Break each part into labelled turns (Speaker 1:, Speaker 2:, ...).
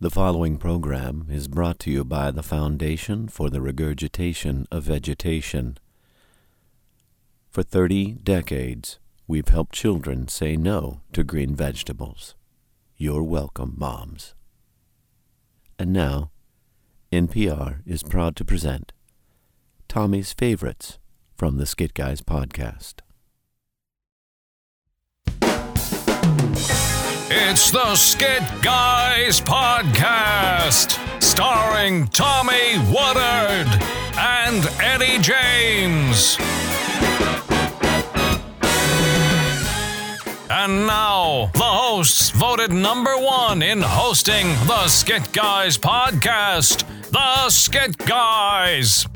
Speaker 1: The following program is brought to you by the Foundation for the Regurgitation of Vegetation. For 30 decades, we've helped children say no to green vegetables. You're welcome, moms. And now, NPR is proud to present Tommy's Favorites from the Skit Guys podcast.
Speaker 2: It's the Skit Guys Podcast, starring Tommy Woodard and Eddie James. And now, the hosts voted number one in hosting the Skit Guys Podcast, the Skit Guys.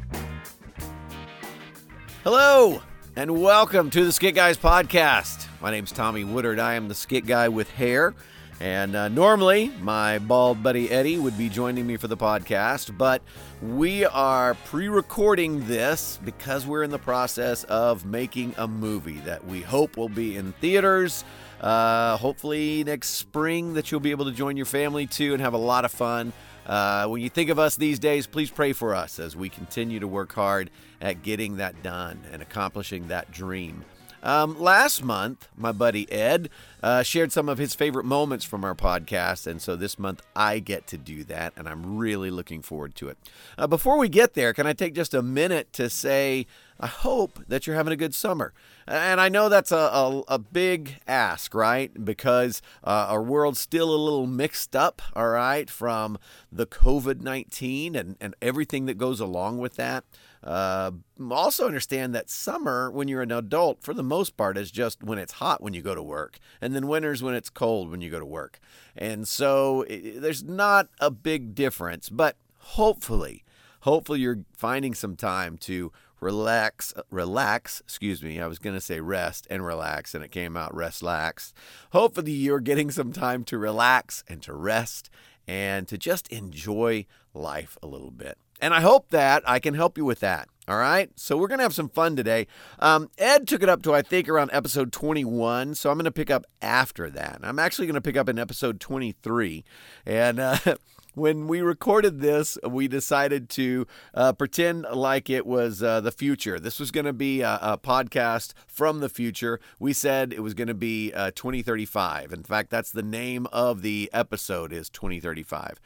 Speaker 1: Hello, and welcome to the Skit Guys podcast. My name's Tommy Woodard. I am the Skit Guy with hair. And uh, normally, my bald buddy Eddie would be joining me for the podcast, but we are pre recording this because we're in the process of making a movie that we hope will be in theaters. Uh, hopefully, next spring, that you'll be able to join your family to and have a lot of fun. Uh, when you think of us these days, please pray for us as we continue to work hard at getting that done and accomplishing that dream. Um, last month, my buddy Ed uh, shared some of his favorite moments from our podcast, and so this month I get to do that, and I'm really looking forward to it. Uh, before we get there, can I take just a minute to say I hope that you're having a good summer? And I know that's a, a, a big ask, right? Because uh, our world's still a little mixed up, all right, from the COVID 19 and, and everything that goes along with that. Uh, also, understand that summer, when you're an adult, for the most part, is just when it's hot when you go to work, and then winter's when it's cold when you go to work. And so it, there's not a big difference, but hopefully, hopefully you're finding some time to relax relax excuse me i was going to say rest and relax and it came out rest lax hopefully you're getting some time to relax and to rest and to just enjoy life a little bit and i hope that i can help you with that all right so we're going to have some fun today um, ed took it up to i think around episode 21 so i'm going to pick up after that i'm actually going to pick up in episode 23 and uh, when we recorded this, we decided to uh, pretend like it was uh, the future. This was going to be a, a podcast from the future. We said it was going to be uh, 2035. In fact, that's the name of the episode is 2035.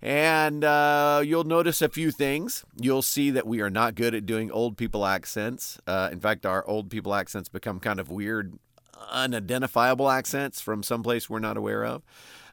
Speaker 1: And uh, you'll notice a few things. You'll see that we are not good at doing old people accents. Uh, in fact, our old people accents become kind of weird, unidentifiable accents from someplace we're not aware of.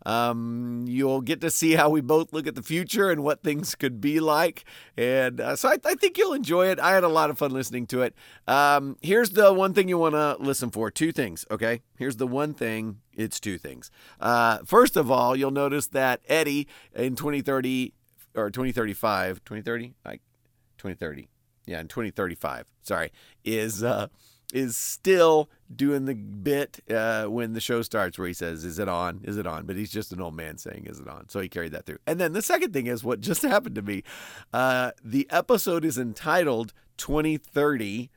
Speaker 1: Um, you'll get to see how we both look at the future and what things could be like. And uh, so I, I think you'll enjoy it. I had a lot of fun listening to it. Um, here's the one thing you want to listen for two things, okay? Here's the one thing it's two things. Uh, first of all, you'll notice that Eddie in 2030 or 2035, 2030, like 2030, yeah, in 2035, sorry, is. Uh, is still doing the bit uh, when the show starts where he says, Is it on? Is it on? But he's just an old man saying, Is it on? So he carried that through. And then the second thing is what just happened to me. Uh, the episode is entitled 2030,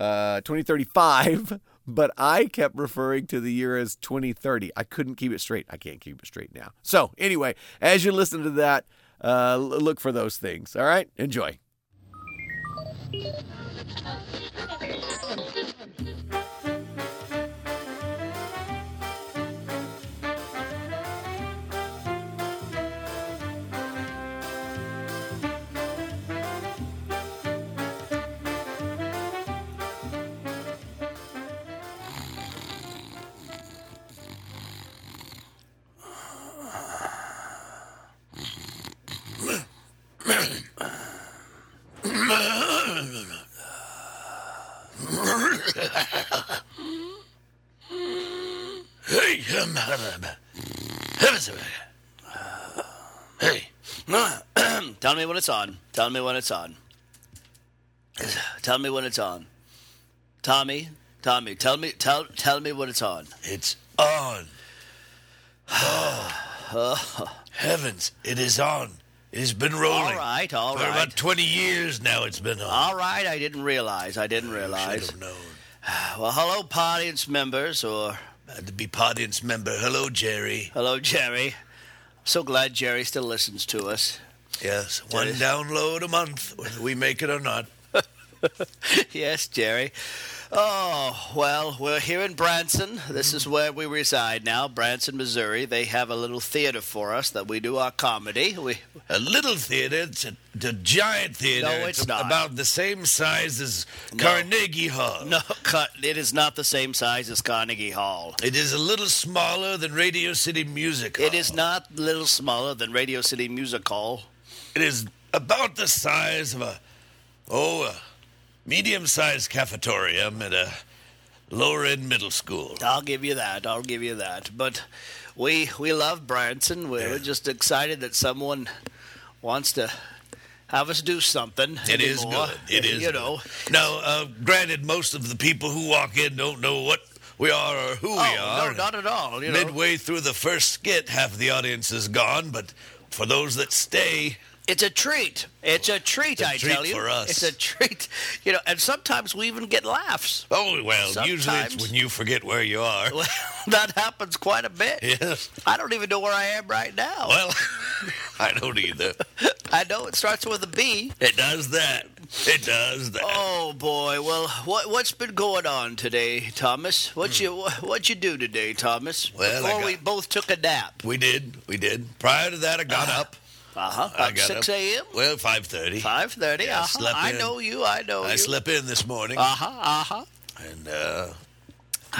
Speaker 1: uh, 2035, but I kept referring to the year as 2030. I couldn't keep it straight. I can't keep it straight now. So anyway, as you listen to that, uh, l- look for those things. All right? Enjoy.
Speaker 3: Hey, um, hey,
Speaker 4: Tell me when it's on. Tell me when it's on. Tell me when it's on. Tommy, Tommy, tell me, tell, tell me when it's on.
Speaker 3: it's on. Oh, heavens, it is on. It has been rolling.
Speaker 4: All right, all
Speaker 3: For
Speaker 4: right,
Speaker 3: about 20 years now, it's been on.
Speaker 4: all right. I didn't realize. I didn't
Speaker 3: I
Speaker 4: realize.
Speaker 3: should have known.
Speaker 4: Well, hello, audience members, or
Speaker 3: Had to be audience member. Hello, Jerry.
Speaker 4: hello, Jerry. So glad Jerry still listens to us.
Speaker 3: Yes, one download a month, whether we make it or not.
Speaker 4: yes, Jerry. Oh, well, we're here in Branson. This is where we reside now, Branson, Missouri. They have a little theater for us that we do our comedy. We
Speaker 3: A little theater, it's a, the giant theater.
Speaker 4: No, it's not.
Speaker 3: About the same size as Carnegie Hall.
Speaker 4: no, cut- it is not the same size as Carnegie Hall.
Speaker 3: It is a little smaller than Radio City Music Hall.
Speaker 4: It is not a little smaller than Radio City Music Hall.
Speaker 3: It is about the size of a, oh, a medium-sized cafetorium at a lower-end middle school.
Speaker 4: I'll give you that. I'll give you that. But we we love Branson. We're
Speaker 3: Yeah.
Speaker 4: just excited that someone wants to have us do something.
Speaker 3: It is
Speaker 4: anymore.
Speaker 3: good. It is.
Speaker 4: You
Speaker 3: good.
Speaker 4: know.
Speaker 3: Now, uh, granted, most of the people who walk in don't know what we are or who we
Speaker 4: Oh
Speaker 3: are.
Speaker 4: no, not at all. You know.
Speaker 3: Midway through the first skit, half the audience is gone. But for those that stay,
Speaker 4: It's a treat. It's a treat.
Speaker 3: It's a
Speaker 4: I
Speaker 3: treat
Speaker 4: tell you,
Speaker 3: for us.
Speaker 4: it's a treat. You know, and sometimes we even get laughs.
Speaker 3: oh well. Usually, it's
Speaker 4: Sometimes.
Speaker 3: when you forget where you are.
Speaker 4: Well, that happens quite a bit.
Speaker 3: Yes.
Speaker 4: I don't even know where I am right now.
Speaker 3: Well, I don't either.
Speaker 4: I know it starts with a B.
Speaker 3: It does that. It does that.
Speaker 4: Oh boy. Well, what what's been going on today, Thomas? What you what you do today, Thomas?
Speaker 3: Hmm. Well, I
Speaker 4: Before
Speaker 3: got-
Speaker 4: we both took a nap.
Speaker 3: We did. We did. Prior to that, I got up.
Speaker 4: Uh huh.
Speaker 3: I
Speaker 4: About
Speaker 3: got
Speaker 4: six
Speaker 3: up.
Speaker 4: a.m.
Speaker 3: Well, five thirty.
Speaker 4: Five thirty.
Speaker 3: Yeah, I
Speaker 4: uh-huh.
Speaker 3: slept
Speaker 4: I
Speaker 3: in.
Speaker 4: know you. I know
Speaker 3: I
Speaker 4: you.
Speaker 3: slept in this morning.
Speaker 4: Uh huh. Uh huh.
Speaker 3: and uh,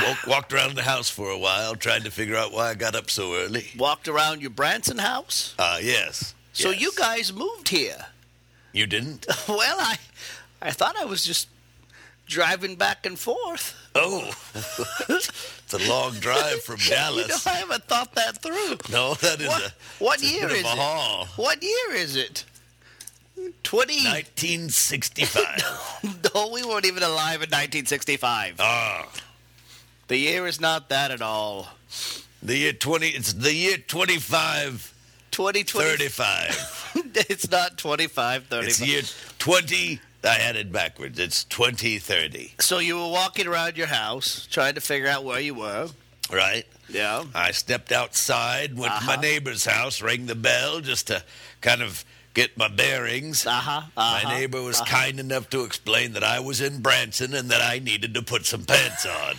Speaker 3: walk, walked around the house for a while, trying to figure out why I got up so early.
Speaker 4: Walked around your Branson house.
Speaker 3: Uh, yes.
Speaker 4: So
Speaker 3: yes.
Speaker 4: you guys moved here.
Speaker 3: you didn't?
Speaker 4: Well, I I thought I was just driving back and forth.
Speaker 3: Oh, it's a long drive from
Speaker 4: You know,
Speaker 3: Dallas.
Speaker 4: I haven't thought that through.
Speaker 3: No, that is
Speaker 4: What,
Speaker 3: a
Speaker 4: what
Speaker 3: it's a
Speaker 4: year
Speaker 3: bit
Speaker 4: is
Speaker 3: of a
Speaker 4: it?
Speaker 3: haul.
Speaker 4: What year is it? Twenty.
Speaker 3: 1965.
Speaker 4: No, we weren't even alive in 1965.
Speaker 3: Ah,
Speaker 4: The year is not that at all.
Speaker 3: the year 20. It's the year 25.
Speaker 4: 2020.
Speaker 3: 35.
Speaker 4: it's not 25, 35.
Speaker 3: It's year 20. I added backwards. It's 2030,
Speaker 4: So you were walking around your house trying to figure out where you were.
Speaker 3: right?
Speaker 4: Yeah.
Speaker 3: I stepped outside, went to my neighbor's house, rang the bell just to kind of get my bearings.
Speaker 4: Uh huh.
Speaker 3: My
Speaker 4: Uh huh.
Speaker 3: neighbor was kind enough to explain that I was in Branson and that I needed to put some pants on.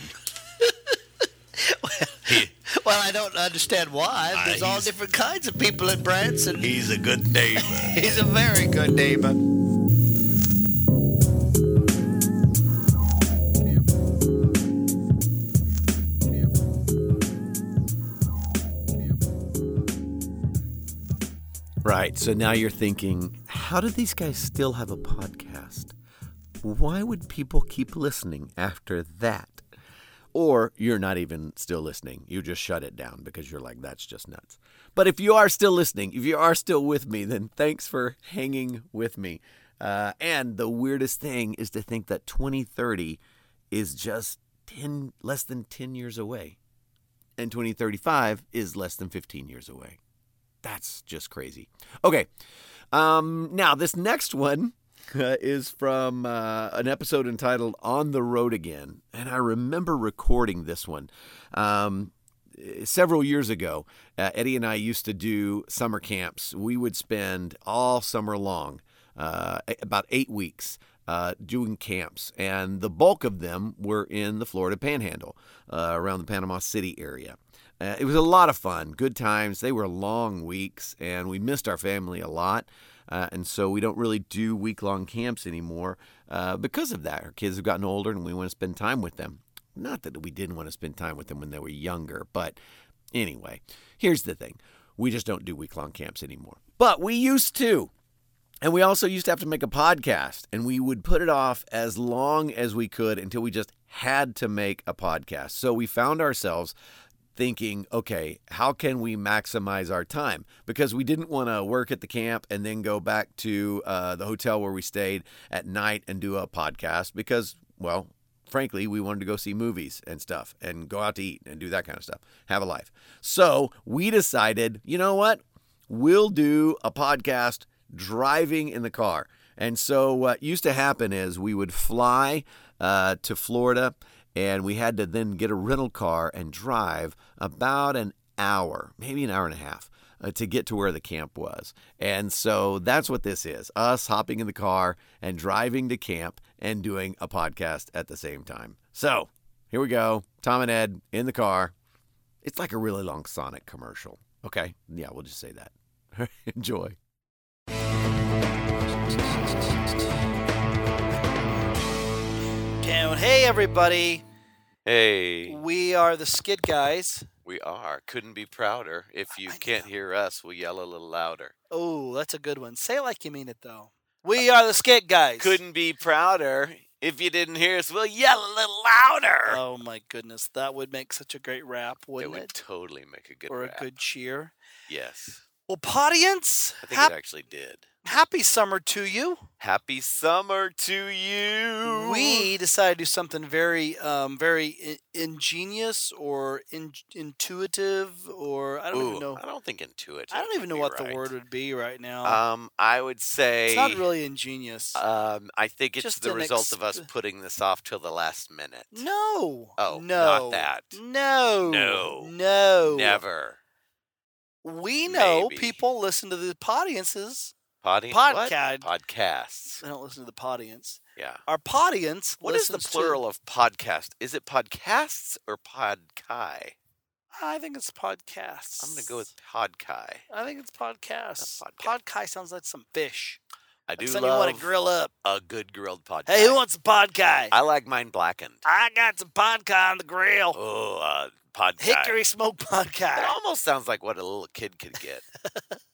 Speaker 3: He-
Speaker 4: Well, I don't understand why.
Speaker 3: Ah,
Speaker 4: There's all
Speaker 3: he's-
Speaker 4: different kinds of people in Branson.
Speaker 3: he's a good neighbor.
Speaker 4: He's a very good neighbor.
Speaker 1: Right. So now you're thinking, how do these guys still have a podcast? Why would people keep listening after that? Or you're not even still listening. You just shut it down because you're like, that's just nuts. But if you are still listening, if you are still with me, then thanks for hanging with me. Uh, and the weirdest thing is to think that 2030 is just 10, less than 10 years away, and 2035 is less than 15 years away. That's just crazy. Okay. Um, now, this next one uh, is from uh, an episode entitled On the Road Again. And I remember recording this one um, eh, several years ago. Uh, Eddie and I used to do summer camps. We would spend all summer long, uh, a- about eight weeks. Uh, doing camps, and the bulk of them were in the Florida Panhandle, uh, around the Panama City area. Uh, it was a lot of fun, good times. They were long weeks, and we missed our family a lot. Uh, and so we don't really do week long camps anymore uh, because of that. Our kids have gotten older, and we want to spend time with them. Not that we didn't want to spend time with them when they were younger, but anyway, here's the thing we just don't do week long camps anymore. But we used to. And we also used to have to make a podcast, and we would put it off as long as we could until we just had to make a podcast. So we found ourselves thinking, okay, how can we maximize our time? Because we didn't want to work at the camp and then go back to uh, the hotel where we stayed at night and do a podcast because, well, frankly, we wanted to go see movies and stuff and go out to eat and do that kind of stuff, have a life. So we decided, you know what? we'll do a podcast driving in the car. And so what used to happen is we would fly uh, to Florida and we had to then get a rental car and drive about an hour, maybe an hour and a half.
Speaker 5: uh, to get to where the camp was. And so that's what this is us hopping in the car and driving to camp and doing a podcast at the same time. So here we go. Tom and Ed in the car. It's like a really long Sonic commercial. Okay. Yeah, we'll just say that. Enjoy.
Speaker 4: Down. Hey, everybody.
Speaker 1: Hey,
Speaker 4: We are the Skid Guys.
Speaker 1: we are. Couldn't be prouder. If you
Speaker 4: I
Speaker 1: can't hear us, we'll yell a little louder.
Speaker 4: Oh, that's a good one. Say it like you mean it, though. We are the Skid Guys.
Speaker 1: Uh, Couldn't be prouder. If you didn't hear us, we'll yell a little louder.
Speaker 4: Oh, my goodness. That would make such a great rap,
Speaker 1: it
Speaker 4: wouldn't
Speaker 1: would
Speaker 4: it?
Speaker 1: totally make a good
Speaker 4: or
Speaker 1: rap.
Speaker 4: a good cheer.
Speaker 1: yes.
Speaker 4: Well, audience,
Speaker 1: I think
Speaker 4: hap-
Speaker 1: it actually did.
Speaker 4: happy summer to you.
Speaker 1: Happy summer to you.
Speaker 4: We decided to do something very, um, very I- ingenious or in- intuitive, or I don't
Speaker 1: Ooh,
Speaker 4: even know.
Speaker 1: I don't think intuitive.
Speaker 4: I don't
Speaker 1: would
Speaker 4: even know
Speaker 1: be
Speaker 4: what the
Speaker 1: right.
Speaker 4: word would be right now.
Speaker 1: Um, I would say.
Speaker 4: it's not really ingenious.
Speaker 1: Um, I think it's
Speaker 4: Just
Speaker 1: the
Speaker 4: an
Speaker 1: result
Speaker 4: ex- uh
Speaker 1: of us putting this off till the last minute.
Speaker 4: no.
Speaker 1: Oh, not
Speaker 4: no.
Speaker 1: that.
Speaker 4: No.
Speaker 1: No.
Speaker 4: No.
Speaker 1: Never.
Speaker 4: We know
Speaker 1: Maybe.
Speaker 4: people listen to the audiences.
Speaker 1: Podi- what?
Speaker 4: Podcast.
Speaker 1: Podcasts.
Speaker 4: They don't listen to the audience.
Speaker 1: Yeah.
Speaker 4: Our audience.
Speaker 1: What is the plural of podcast? Is it podcasts or podkai?
Speaker 4: I think it's podcasts.
Speaker 1: I'm going to go with podkai.
Speaker 4: I think it's podcasts.
Speaker 1: Not podcast.
Speaker 4: Podkai sounds like some fish.
Speaker 1: I do
Speaker 4: Something you
Speaker 1: love
Speaker 4: want to grill up.
Speaker 1: a good grilled podcast.
Speaker 4: Hey, who wants a podkai?
Speaker 1: I like mine blackened.
Speaker 4: I got some podkai on the grill.
Speaker 1: Oh, uh, podkai.
Speaker 4: Hickory smoke
Speaker 1: It
Speaker 4: podkai.
Speaker 1: almost sounds like what a little kid could get.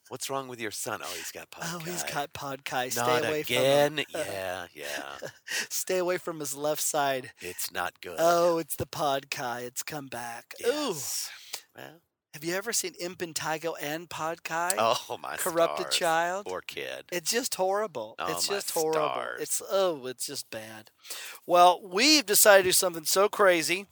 Speaker 1: What's wrong with your son? Oh, he's got podkai.
Speaker 4: Oh, he's got podkai. Stay
Speaker 1: Not
Speaker 4: away
Speaker 1: again.
Speaker 4: from him.
Speaker 1: yeah, yeah.
Speaker 4: Stay away from his left side.
Speaker 1: It's not good.
Speaker 4: Oh, it's the podkai. It's come back. Ooh.
Speaker 1: yes. Well,
Speaker 4: Have you ever seen Imp and Tygo and Podkai?
Speaker 1: oh my
Speaker 4: Corrupted
Speaker 1: stars.
Speaker 4: Child?
Speaker 1: Poor kid.
Speaker 4: It's just horrible.
Speaker 1: Oh,
Speaker 4: it's
Speaker 1: my
Speaker 4: just horrible.
Speaker 1: stars.
Speaker 4: It's oh, it's just bad. Well, we've decided to do something so crazy.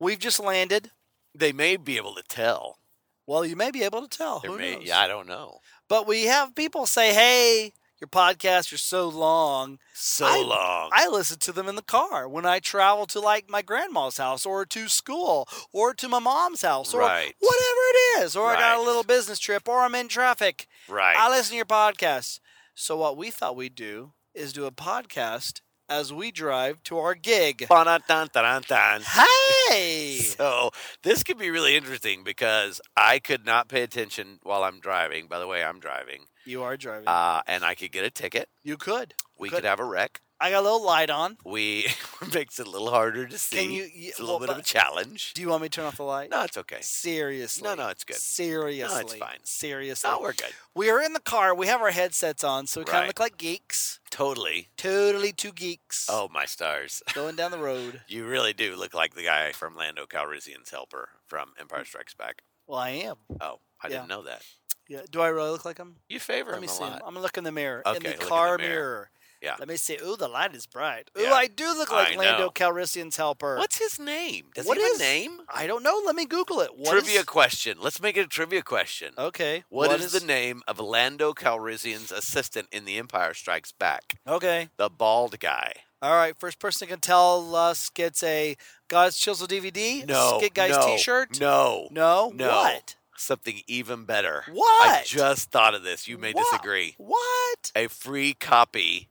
Speaker 4: We've just landed.
Speaker 1: They may be able to tell.
Speaker 4: Well, you may be able to tell.
Speaker 1: There
Speaker 4: Who
Speaker 1: may,
Speaker 4: knows?
Speaker 1: yeah, I don't know.
Speaker 4: But we have people say, "Hey, your podcasts are so long."
Speaker 1: So
Speaker 4: I-
Speaker 1: long.
Speaker 4: I listen to them in the car when I travel to like my grandma's house or to school or to my mom's house or
Speaker 1: Right.
Speaker 4: whatever it is. Or I got a
Speaker 1: Right.
Speaker 4: little business trip or I'm in traffic.
Speaker 1: right.
Speaker 4: I listen to your podcast. So what we thought we'd do is do a podcast as we drive to our gig.
Speaker 1: Ba-da-dun-dun-dun.
Speaker 4: Hey!
Speaker 1: So this could be really interesting because I could not pay attention while I'm driving. By the way, I'm driving,
Speaker 4: You are driving.
Speaker 1: uh, and I could get a ticket.
Speaker 4: you could.
Speaker 1: We
Speaker 4: Could-
Speaker 1: could have a wreck.
Speaker 4: I got a little light on.
Speaker 1: We makes it a little harder to see.
Speaker 4: Can you? y-
Speaker 1: it's a little
Speaker 4: well,
Speaker 1: bit of a
Speaker 4: but-
Speaker 1: challenge.
Speaker 4: Do you want me to turn off the light?
Speaker 1: No, it's okay.
Speaker 4: Seriously.
Speaker 1: No, no, it's good.
Speaker 4: Seriously.
Speaker 1: fine.
Speaker 4: Seriously.
Speaker 1: No, we're good.
Speaker 4: we are in the car. We have our headsets on, so we kind of
Speaker 1: Right.
Speaker 4: look like geeks.
Speaker 1: Totally.
Speaker 4: Totally two geeks.
Speaker 1: Oh my stars!
Speaker 4: Going down the road.
Speaker 1: You really do look like the guy from Lando Calrissian's helper from Empire
Speaker 4: Mm.
Speaker 1: Strikes Back.
Speaker 4: Well, I am.
Speaker 1: Oh, I
Speaker 4: Yeah.
Speaker 1: didn't know that.
Speaker 4: Yeah. Do I really look like him?
Speaker 1: You favor
Speaker 4: Let
Speaker 1: him
Speaker 4: me
Speaker 1: a
Speaker 4: see.
Speaker 1: lot.
Speaker 4: I'm gonna look in the mirror. in
Speaker 1: Okay,
Speaker 4: the
Speaker 1: look in
Speaker 4: car
Speaker 1: the mirror. Yeah.
Speaker 4: Let me see. Ooh, the light is bright. Ooh,
Speaker 1: Yeah.
Speaker 4: I do look like
Speaker 1: I
Speaker 4: Lando
Speaker 1: know.
Speaker 4: Calrissian's helper.
Speaker 1: What's his name? Does
Speaker 4: What
Speaker 1: he have
Speaker 4: is-
Speaker 1: a name?
Speaker 4: I don't know. Let me Google it. What is- Uh,
Speaker 1: trivia question. Let's make it a trivia question.
Speaker 4: Okay.
Speaker 1: what is, the name of Lando Calrissian's assistant in The Empire Strikes Back?
Speaker 4: Okay.
Speaker 1: The bald guy.
Speaker 4: All right. First person who can tell us gets a God's Chisel DVD.
Speaker 1: No.
Speaker 4: Skid Guys
Speaker 1: no,
Speaker 4: T-shirt.
Speaker 1: No.
Speaker 4: No.
Speaker 1: No.
Speaker 4: What?
Speaker 1: Something even better. I
Speaker 4: What?
Speaker 1: just thought of this. You may
Speaker 4: Wha-
Speaker 1: disagree.
Speaker 4: What?
Speaker 1: A free copy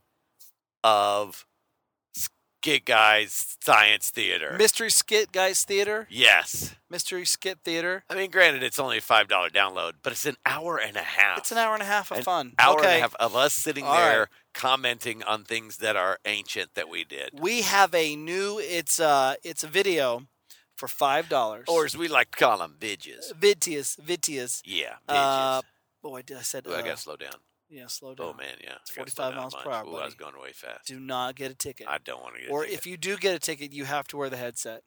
Speaker 1: of Skit Guy's Science Theater.
Speaker 4: Mystery Skit Guys Theater.
Speaker 1: yes.
Speaker 4: Mystery Skit Theater.
Speaker 1: I mean, granted, it's only a $5 download, but it's an hour and a half.
Speaker 4: It's an hour and a half of
Speaker 1: An
Speaker 4: fun.
Speaker 1: hour
Speaker 4: okay.
Speaker 1: and a half of us sitting
Speaker 4: All
Speaker 1: there
Speaker 4: right.
Speaker 1: commenting on things that are ancient that we did.
Speaker 4: We have a new. It's uh. It's a video for five dollars.
Speaker 1: Or as we like to call them, vidges.
Speaker 4: Vitius, Vitius.
Speaker 1: Yeah, vidges.
Speaker 4: Uh, boy, did I said?
Speaker 1: Ooh, I
Speaker 4: uh,
Speaker 1: gotta slow down.
Speaker 4: Yeah, slow down.
Speaker 1: Oh man, yeah. I gotta
Speaker 4: 45
Speaker 1: slow down a
Speaker 4: miles per
Speaker 1: bunch.
Speaker 4: hour,
Speaker 1: Ooh, I was
Speaker 4: buddy.
Speaker 1: going way fast.
Speaker 4: Do not get a ticket.
Speaker 1: I don't want to get.
Speaker 4: or if you do get a ticket, you have to wear the headset.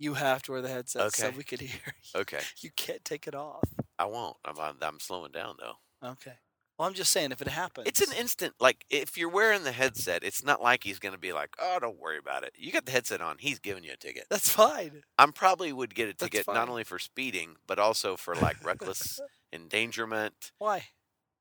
Speaker 4: You have to wear the headset so
Speaker 1: Okay.
Speaker 4: we could hear. you.
Speaker 1: okay,
Speaker 4: You can't take it off.
Speaker 1: I won't. I'm, I'm, I'm slowing down though.
Speaker 4: Okay. Well, I'm just saying if it happens.
Speaker 1: It's an instant. Like if you're wearing the headset, it's not like he's gonna be like, "Oh, don't worry about it." You got the headset on. He's giving you a ticket.
Speaker 4: That's fine.
Speaker 1: I'm probably would get a
Speaker 4: That's
Speaker 1: ticket
Speaker 4: fine.
Speaker 1: not only for speeding but also for like reckless endangerment,
Speaker 4: Why?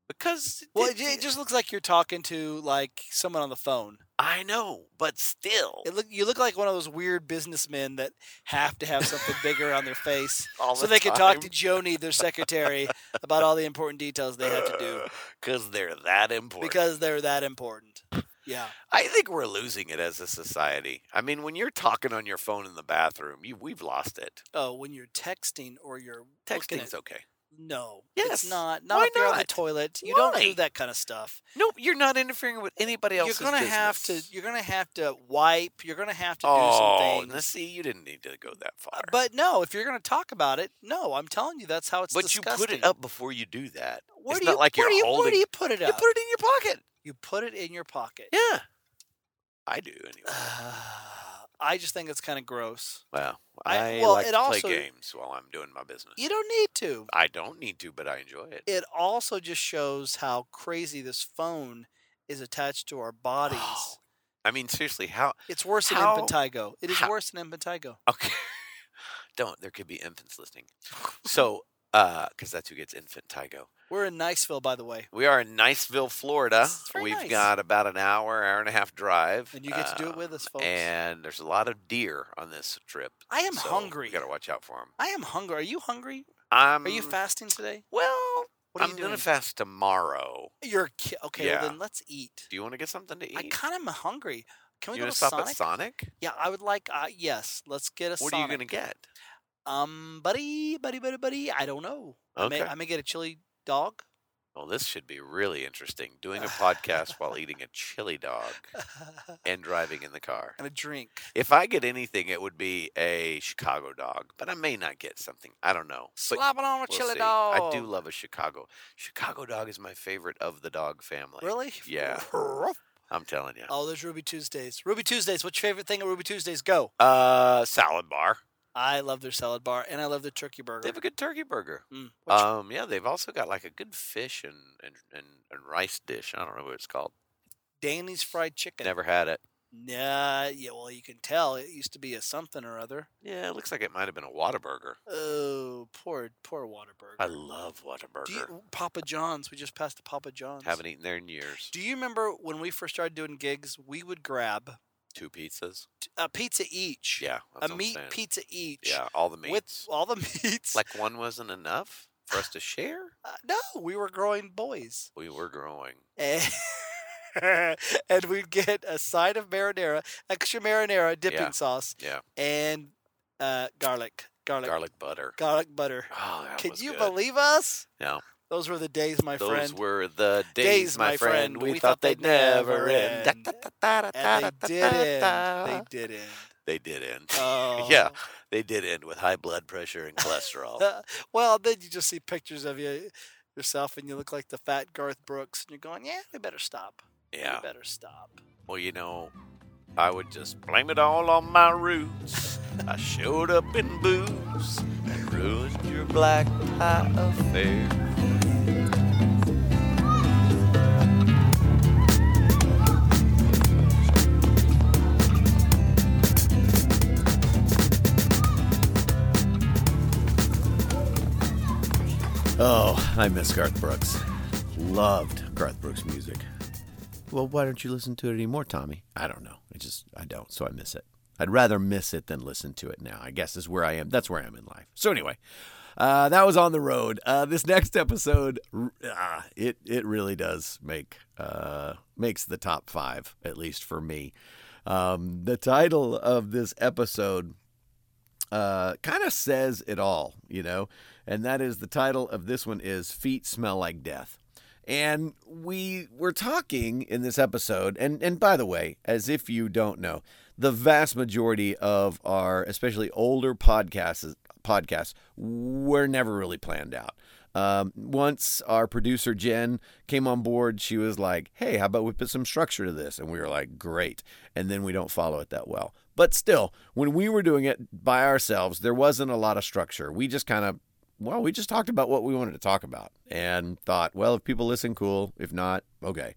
Speaker 1: because
Speaker 4: Well,
Speaker 1: it-
Speaker 4: it, it just looks like you're talking to like someone on the phone.
Speaker 1: I know, but still,
Speaker 4: It look you look like one of those weird businessmen that have to have something bigger on their face
Speaker 1: all
Speaker 4: so they can talk to Joni, their secretary, about all the important details they have to do
Speaker 1: because they're that important.
Speaker 4: because they're that important. Yeah.
Speaker 1: I think we're losing it as a society. I mean, when you're talking on your phone in the bathroom, you, we've lost it.
Speaker 4: Oh, when you're texting or you're looking
Speaker 1: Texting's
Speaker 4: at-
Speaker 1: okay.
Speaker 4: no,
Speaker 1: Yes.
Speaker 4: it's not. Not
Speaker 1: Why
Speaker 4: if you're on the
Speaker 1: not?
Speaker 4: toilet. You don't do
Speaker 1: Why?
Speaker 4: that kind of stuff.
Speaker 1: No, you're not interfering with anybody
Speaker 4: You're
Speaker 1: else's.
Speaker 4: gonna have to.
Speaker 1: business.
Speaker 4: You're gonna have to wipe. You're gonna have to
Speaker 1: oh,
Speaker 4: do some
Speaker 1: now,
Speaker 4: things. Uh,
Speaker 1: see, you didn't need to go that far.
Speaker 4: But no, if you're gonna talk about it, no, I'm telling you, that's how it's.
Speaker 1: But you
Speaker 4: disgusting.
Speaker 1: put it up before you do that.
Speaker 4: Where
Speaker 1: it's
Speaker 4: do
Speaker 1: not
Speaker 4: you,
Speaker 1: like
Speaker 4: where
Speaker 1: you're
Speaker 4: do you,
Speaker 1: holding.
Speaker 4: Where do you put it
Speaker 1: You
Speaker 4: up?
Speaker 1: put it in your pocket.
Speaker 4: You put it in your pocket.
Speaker 1: Yeah, I do
Speaker 4: Uh,
Speaker 1: anyway.
Speaker 4: I just think it's kind of gross.
Speaker 1: Well, I,
Speaker 4: I- well,
Speaker 1: like
Speaker 4: it
Speaker 1: to
Speaker 4: also-
Speaker 1: play games while I'm doing my business.
Speaker 4: You don't need to.
Speaker 1: I don't need to, but I enjoy it.
Speaker 4: It also just shows how crazy this phone is attached to our bodies.
Speaker 1: I mean, seriously, how?
Speaker 4: It's worse than
Speaker 1: Oh, How-
Speaker 4: impetigo. It is
Speaker 1: how-
Speaker 4: worse than impetigo.
Speaker 1: Okay, don't. There could be infants listening. So, because that's who gets infant Tygo.
Speaker 4: We're in Niceville, by the way,
Speaker 1: We are in Niceville, Florida.
Speaker 4: It's very
Speaker 1: We've
Speaker 4: nice.
Speaker 1: got about an hour, hour and a half drive,
Speaker 4: and you get to do
Speaker 1: uh,
Speaker 4: it with us, folks.
Speaker 1: And there's a lot of deer on this trip.
Speaker 4: I am
Speaker 1: so
Speaker 4: hungry.
Speaker 1: You gotta watch out for them.
Speaker 4: I am hungry. Are you hungry?
Speaker 1: I'm.
Speaker 4: Are you fasting today?
Speaker 1: Well,
Speaker 4: What are
Speaker 1: I'm
Speaker 4: you
Speaker 1: gonna
Speaker 4: doing?
Speaker 1: fast tomorrow.
Speaker 4: You're ki- okay.
Speaker 1: Yeah.
Speaker 4: Well, then let's eat.
Speaker 1: Do you want to get something to eat?
Speaker 4: I kind of am hungry. Can we
Speaker 1: you
Speaker 4: go
Speaker 1: wanna
Speaker 4: to
Speaker 1: stop
Speaker 4: Sonic?
Speaker 1: at Sonic?
Speaker 4: Yeah, I would like. Uh, yes, let's get a
Speaker 1: What are
Speaker 4: Sonic.
Speaker 1: you gonna get?
Speaker 4: Um, buddy, buddy, buddy, buddy. I don't know. I, may,
Speaker 1: Okay.
Speaker 4: I may get a chili dog.
Speaker 1: Well, this should be really interesting. Doing a podcast while eating a chili dog
Speaker 4: and
Speaker 1: and driving in the car.
Speaker 4: a drink.
Speaker 1: If I get anything, it would be a Chicago dog, but I may not get something. I don't know. But
Speaker 4: Slapping on a
Speaker 1: we'll
Speaker 4: chili
Speaker 1: see.
Speaker 4: dog.
Speaker 1: I do love a Chicago. Chicago dog is my favorite of the dog family.
Speaker 4: Really?
Speaker 1: Yeah. I'm telling you.
Speaker 4: Oh, there's Ruby Tuesdays. Ruby Tuesdays. What's your favorite thing at Ruby Tuesdays? Go.
Speaker 1: Uh, salad bar.
Speaker 4: I love their salad bar and I love their turkey
Speaker 1: They
Speaker 4: burger.
Speaker 1: have a good turkey burger.
Speaker 4: Mm. What's your-
Speaker 1: Um, yeah, they've also got like a good fish and and, and, and rice dish. I don't know what it's called.
Speaker 4: Danny's fried chicken.
Speaker 1: Never had it.
Speaker 4: Nah. Yeah. Well, you can tell it used to be a something or other.
Speaker 1: Yeah, it looks like it might have been a Whataburger.
Speaker 4: Oh, poor, poor Waterburger.
Speaker 1: I love Whataburger.
Speaker 4: Do you, Papa John's. We just passed the Papa John's.
Speaker 1: Haven't eaten there in years.
Speaker 4: Do you remember when we first started doing gigs? We would grab
Speaker 1: Two pizzas.
Speaker 4: a pizza each.
Speaker 1: Yeah, that's what
Speaker 4: a
Speaker 1: I'm
Speaker 4: meat
Speaker 1: saying.
Speaker 4: pizza each.
Speaker 1: Yeah, all the meats.
Speaker 4: With all the meats.
Speaker 1: like one wasn't enough for us to share.
Speaker 4: Uh, no, we were growing boys.
Speaker 1: We were growing.
Speaker 4: And, Eh, and we'd get a side of marinara, extra marinara dipping
Speaker 1: Yeah.
Speaker 4: sauce,
Speaker 1: Yeah,
Speaker 4: and uh, garlic, garlic,
Speaker 1: garlic butter.
Speaker 4: garlic butter.
Speaker 1: Oh, that
Speaker 4: Can
Speaker 1: was
Speaker 4: you
Speaker 1: good.
Speaker 4: believe us?
Speaker 1: No.
Speaker 4: Those were the days, my
Speaker 1: Those
Speaker 4: friend.
Speaker 1: were the days,
Speaker 4: Days,
Speaker 1: my
Speaker 4: my
Speaker 1: friend.
Speaker 4: friend.
Speaker 1: We, thought they'd never end.
Speaker 4: end. and they did end. They did end.
Speaker 1: They did end.
Speaker 4: Oh.
Speaker 1: Yeah, they did end with high blood pressure and cholesterol.
Speaker 4: Uh, well, then you just see pictures of you yourself, and you look like the fat Garth Brooks, and you're going, "Yeah, we better stop.
Speaker 1: yeah.
Speaker 4: We better stop."
Speaker 1: Well, you know, I would just blame it all on my roots. I showed up in booze and ruined your black tie affair.
Speaker 6: Oh, I miss Garth Brooks. Loved Garth Brooks music. Well, why don't you listen to it anymore, Tommy? I don't know. I just I don't, so I miss it. I'd rather miss it than listen to it now. I guess is where I am. That's where I am in life. So anyway, uh, that was on the road. Uh, this next episode, r- ah, it it really does make uh, makes the top five at least for me. Um, the title of this episode uh, kind of says it all, you know, and that is the title of this one is "Feet Smell Like Death," and we were talking in this episode, and and by the way, as if you don't know, the vast majority of our, especially older podcasts, podcasts were never really planned out. Um, once our producer Jen came on board, she was like, "Hey, how about we put some structure to this?" And we were like, "Great!" And then we don't follow it that well. But still, when we were doing it by ourselves, there wasn't a lot of structure. We just kind of, well, we just talked about what we wanted to talk about and thought, well, if people listen, cool. If not, okay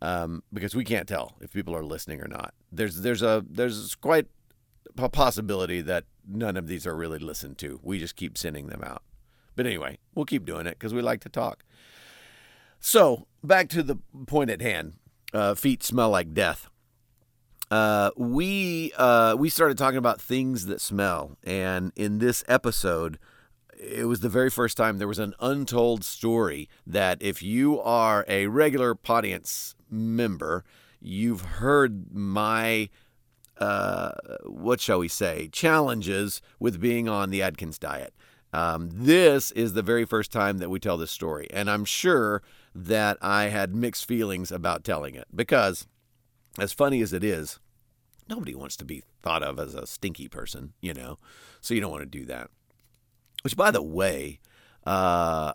Speaker 6: um, because we can't tell if people are listening or not. There's there's a there's quite a possibility that none of these are really listened to. We just keep sending them out. But anyway, we'll keep doing it because we like to talk.
Speaker 1: So back to the point at hand. Uh, feet smell like death. Uh, we uh, we started talking about things that smell, and in this episode, it was the very first time there was an untold story that if you are a regular audience member, you've heard my uh, what shall we say, challenges with being on the Atkins diet. Um, this is the very first time that we tell this story, and I'm sure that I had mixed feelings about telling it because, as funny as it is, nobody wants to be thought of as a stinky person, you know, so you don't want to do that. Which, by the way, uh,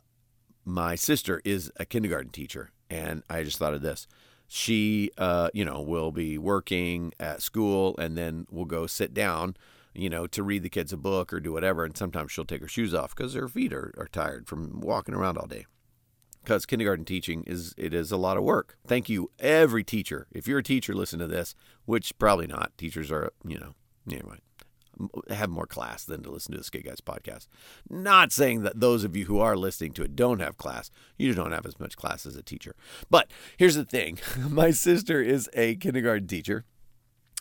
Speaker 1: my sister is a kindergarten teacher, and I just thought of this. She, uh, you know, will be working at school, and then we'll go sit down, you know, to read the kids a book or do whatever. And sometimes she'll take her shoes off because her feet are, are tired from walking around all day. Because kindergarten teaching is it is a lot of work. Thank you, every teacher. If you're a teacher, listen to this. Which probably not. Teachers are, you know, anyway have more class than to listen to the Skid Guys podcast. Not saying that those of you who are listening to it don't have class. You just don't have as much class as a teacher. But here's the thing: my sister is a kindergarten teacher,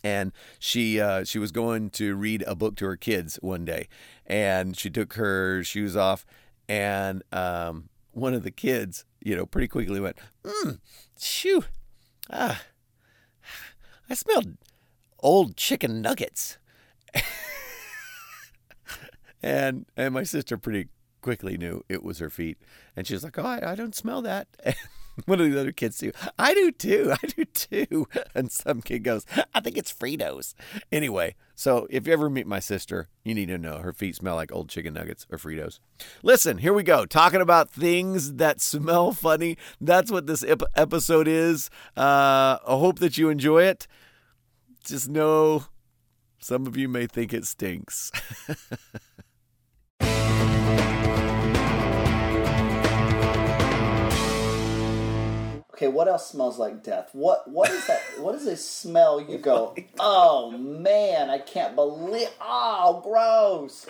Speaker 1: and she uh, she was going to read a book to her kids one day, and she took her shoes off, and um, one of the kids, you know, pretty quickly went, mm, "Shoo, ah, I smelled old chicken nuggets." and and my sister pretty quickly knew it was her feet, and she was like, "Oh, I, I don't smell that." And one of the other kids too. I do too. I do too. And some kid goes, "I think it's Fritos." Anyway, so if you ever meet my sister, you need to know her feet smell like old chicken nuggets or Fritos. Listen, here we go. Talking about things that smell funny. That's what this ep- episode is. Uh, I hope that you enjoy it. Just know some of you may think it stinks.
Speaker 7: Okay, what else smells like death? What what is that? what is a smell you go? Oh man, I can't believe. Oh, gross.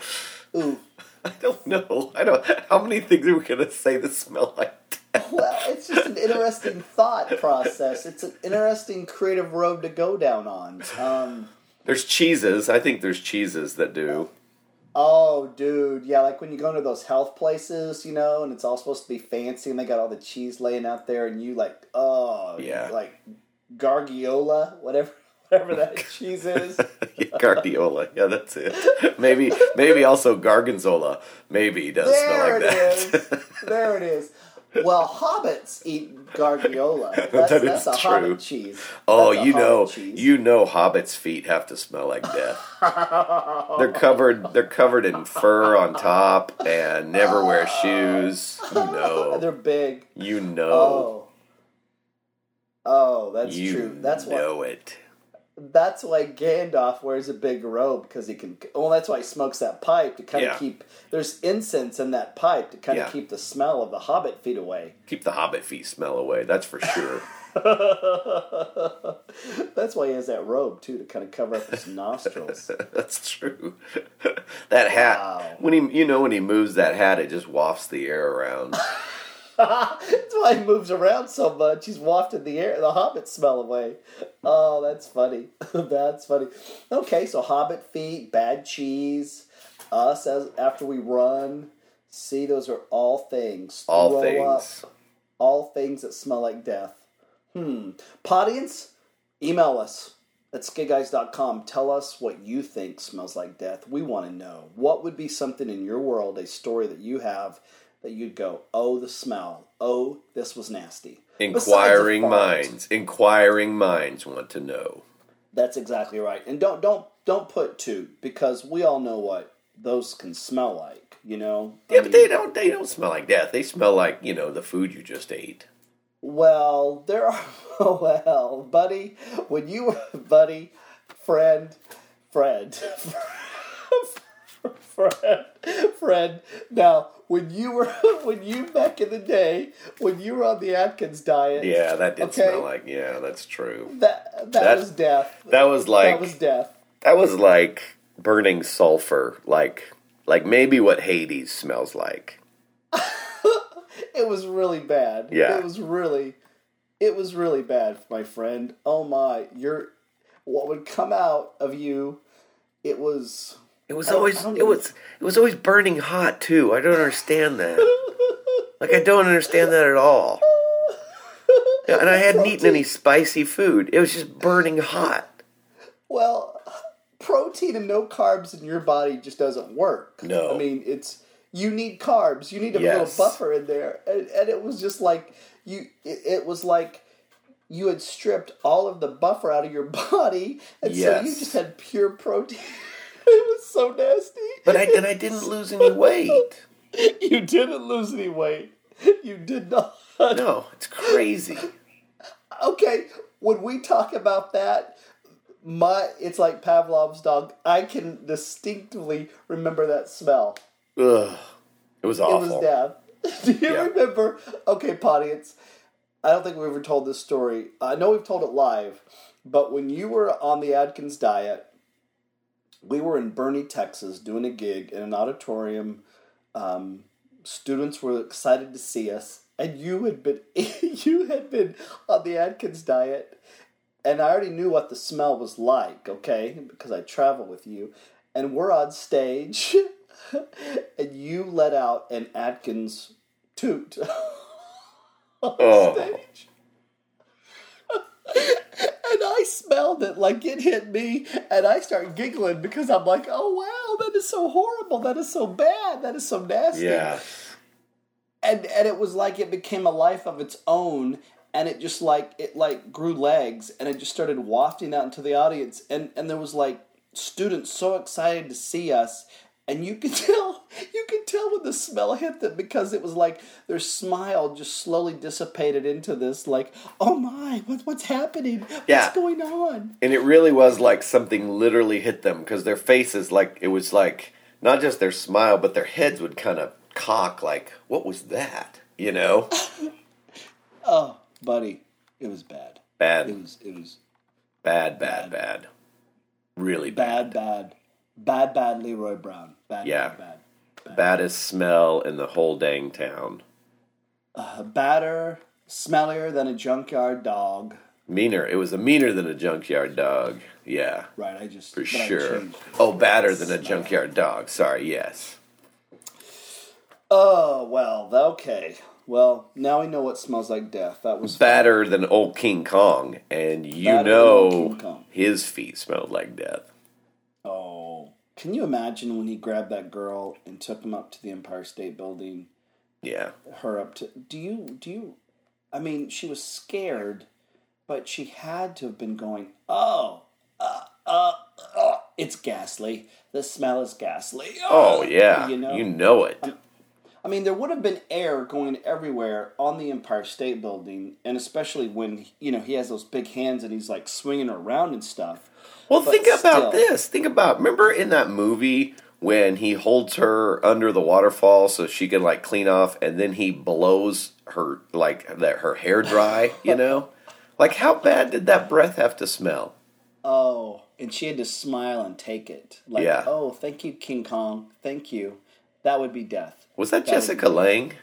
Speaker 7: Ooh,
Speaker 4: I don't know. I don't. How many things are we gonna say that smell like? death?
Speaker 7: well, it's just an interesting thought process. It's an interesting creative road to go down on. Um,
Speaker 4: There's cheeses. I think there's cheeses that do.
Speaker 7: oh, dude, yeah, like when you go into those health places, you know, and it's all supposed to be fancy, and they got all the cheese laying out there, and you like, oh,
Speaker 4: Yeah.
Speaker 7: like gargiola, whatever, whatever that cheese is.
Speaker 4: Yeah, Guardiola. Yeah, that's it. Maybe, maybe also Gargonzola. Maybe does
Speaker 7: There it is.
Speaker 4: smell like that.
Speaker 7: There it is. Well, hobbits eat gargiola. That's,
Speaker 4: That
Speaker 7: that's
Speaker 4: is
Speaker 7: a
Speaker 4: true.
Speaker 7: hobbit cheese.
Speaker 4: oh,
Speaker 7: That's a
Speaker 4: you
Speaker 7: hobbit
Speaker 4: know,
Speaker 7: cheese.
Speaker 4: you know, hobbits' feet have to smell like death. they're covered. They're covered in fur on top and never wear shoes. You know.
Speaker 7: They're big.
Speaker 4: You know.
Speaker 7: Oh. Oh, that's
Speaker 4: you
Speaker 7: true. That's why.
Speaker 4: know it.
Speaker 7: That's why Gandalf wears a big robe because he can. Well, that's why he smokes that pipe to kind of
Speaker 4: Yeah.
Speaker 7: keep. There's incense in that pipe to kind of
Speaker 4: Yeah.
Speaker 7: keep the smell of the hobbit feet away.
Speaker 4: Keep the hobbit feet smell away. That's for sure.
Speaker 7: That's why he has that robe too to kind of cover up his nostrils.
Speaker 4: That's true. that hat
Speaker 7: Wow.
Speaker 4: when he you know when he moves that hat it just wafts the air around.
Speaker 7: That's why he moves around so much. He's wafted the air, the hobbit smell away. Oh, that's funny. that's funny. Okay, so hobbit feet, bad cheese, us as after we run. See, those are all things.
Speaker 4: All
Speaker 7: Throw up.
Speaker 4: things.
Speaker 7: all things that smell like death. Hmm. Podience, email us at skidguys.com. Tell us what you think smells like death. We want to know. What would be something in your world, a story that you have, that you'd go, oh, the smell. Oh, this was nasty. Besides a
Speaker 4: Inquiring
Speaker 7: fart.
Speaker 4: minds. Inquiring minds want to know.
Speaker 7: That's exactly right. And don't don't don't put two because we all know what those can smell like. You know. I
Speaker 4: Yeah, but they
Speaker 7: mean-
Speaker 4: don't they don't smell like death. They smell like, you know, the food you just ate.
Speaker 7: Well, there are. Well, buddy, when you, buddy, friend, friend, friend, friend. Now, when you were, when you back in the day, when you were on the Atkins diet,
Speaker 4: Yeah, that did
Speaker 7: Okay.
Speaker 4: smell like yeah, that's true.
Speaker 7: that that,
Speaker 4: That-
Speaker 7: was death.
Speaker 4: That was like
Speaker 7: that was death.
Speaker 4: that was like burning sulfur, like like maybe what Hades smells like.
Speaker 7: It it was really bad.
Speaker 8: Yeah.
Speaker 7: It was really it was really bad, my friend. Oh my, your what would come out of you it was
Speaker 8: It was
Speaker 7: I don't-
Speaker 8: always
Speaker 7: I don't
Speaker 8: it
Speaker 7: even-
Speaker 8: was it was always burning hot too. I don't understand that. like I don't understand that at all. Yeah, And I hadn't eaten any spicy food. It was just burning hot.
Speaker 7: well, protein and no carbs in your body just doesn't work.
Speaker 8: No.
Speaker 7: I mean, it's you need carbs. You need a
Speaker 8: Yes.
Speaker 7: little buffer in there. And, and it was just like you it, it was like you had stripped all of the buffer out of your body and so you
Speaker 8: Yes.
Speaker 7: just had pure protein. it was so nasty.
Speaker 8: But I and I didn't lose any weight.
Speaker 7: you didn't lose any weight. You did not.
Speaker 8: No, it's crazy.
Speaker 7: Okay, when we talk about that, my it's like Pavlov's dog. I can distinctively remember that smell.
Speaker 8: Ugh. It was awful.
Speaker 7: It was death. Do you
Speaker 8: Yeah.
Speaker 7: remember? Okay, audience. I don't think we ever told this story. I know we've told it live, but when you were on the Adkins diet, we were in Bernie, Texas, doing a gig in an auditorium. Um, students were excited to see us, and you had been you had been on the Adkins diet, and I already knew what the smell was like. Okay, because I travel with you, and we're on stage, and you let out an Adkins toot on
Speaker 8: Oh.
Speaker 7: stage. And I smelled it like it hit me, and I start giggling because I'm like, "Oh wow, that is so horrible! That is so bad! That is so nasty!"
Speaker 8: Yeah.
Speaker 7: and and it was like it became a life of its own and it just like it like grew legs and it just started wafting out into the audience and and there was like students so excited to see us and you could tell you could tell when the smell hit them because it was like their smile just slowly dissipated into this like oh my what, what's happening what's
Speaker 8: Yeah.
Speaker 7: going on
Speaker 8: And it really was like something literally hit them because their faces, like, it was like not just their smile, but their heads would kind of cock, like, what was that? You know?
Speaker 7: buddy it was bad it
Speaker 8: Bad,
Speaker 7: was it was
Speaker 8: bad, bad, bad. Really bad.
Speaker 7: bad bad bad bad leroy brown bad
Speaker 8: Yeah.
Speaker 7: bad, bad.
Speaker 8: Baddest smell in the whole dang town.
Speaker 7: badder, smellier than a junkyard dog.
Speaker 8: Meaner. It was a meaner than a junkyard dog. Yeah,
Speaker 7: Right, I just
Speaker 8: for
Speaker 7: but I
Speaker 8: sure.
Speaker 7: changed.
Speaker 8: Oh, badder than a junkyard dog. Sorry, yes.
Speaker 7: Oh well, th- okay. Well, now we know what smells like death. That was
Speaker 8: Badder than old King Kong. And you
Speaker 7: Badder than old King
Speaker 8: know
Speaker 7: Kong.
Speaker 8: his feet smelled like death.
Speaker 7: oh. Can you imagine when he grabbed that girl and took him up to the Empire State Building?
Speaker 8: Yeah.
Speaker 7: Her up to do you do you? I mean, she was scared, but she had to have been going. Oh, uh, uh, uh it's ghastly. The smell is ghastly. Ah,
Speaker 8: Oh yeah,
Speaker 7: You
Speaker 8: you
Speaker 7: know? um,
Speaker 8: know, it.
Speaker 7: I mean, there would have been air going everywhere on the Empire State Building, and especially when you know he has those big hands and he's like swinging around and stuff.
Speaker 8: well,
Speaker 7: but
Speaker 8: think about
Speaker 7: still.
Speaker 8: this. Think about remember in that movie when he holds her under the waterfall so she can like clean off, and then he blows her like that her hair dry. you know, like how bad did that breath have to smell?
Speaker 7: Oh, and she had to smile and take it. Like,
Speaker 8: Yeah.
Speaker 7: oh, thank you, King Kong. Thank you. That would be death.
Speaker 8: Was that,
Speaker 7: That was-
Speaker 8: Jessica Lange?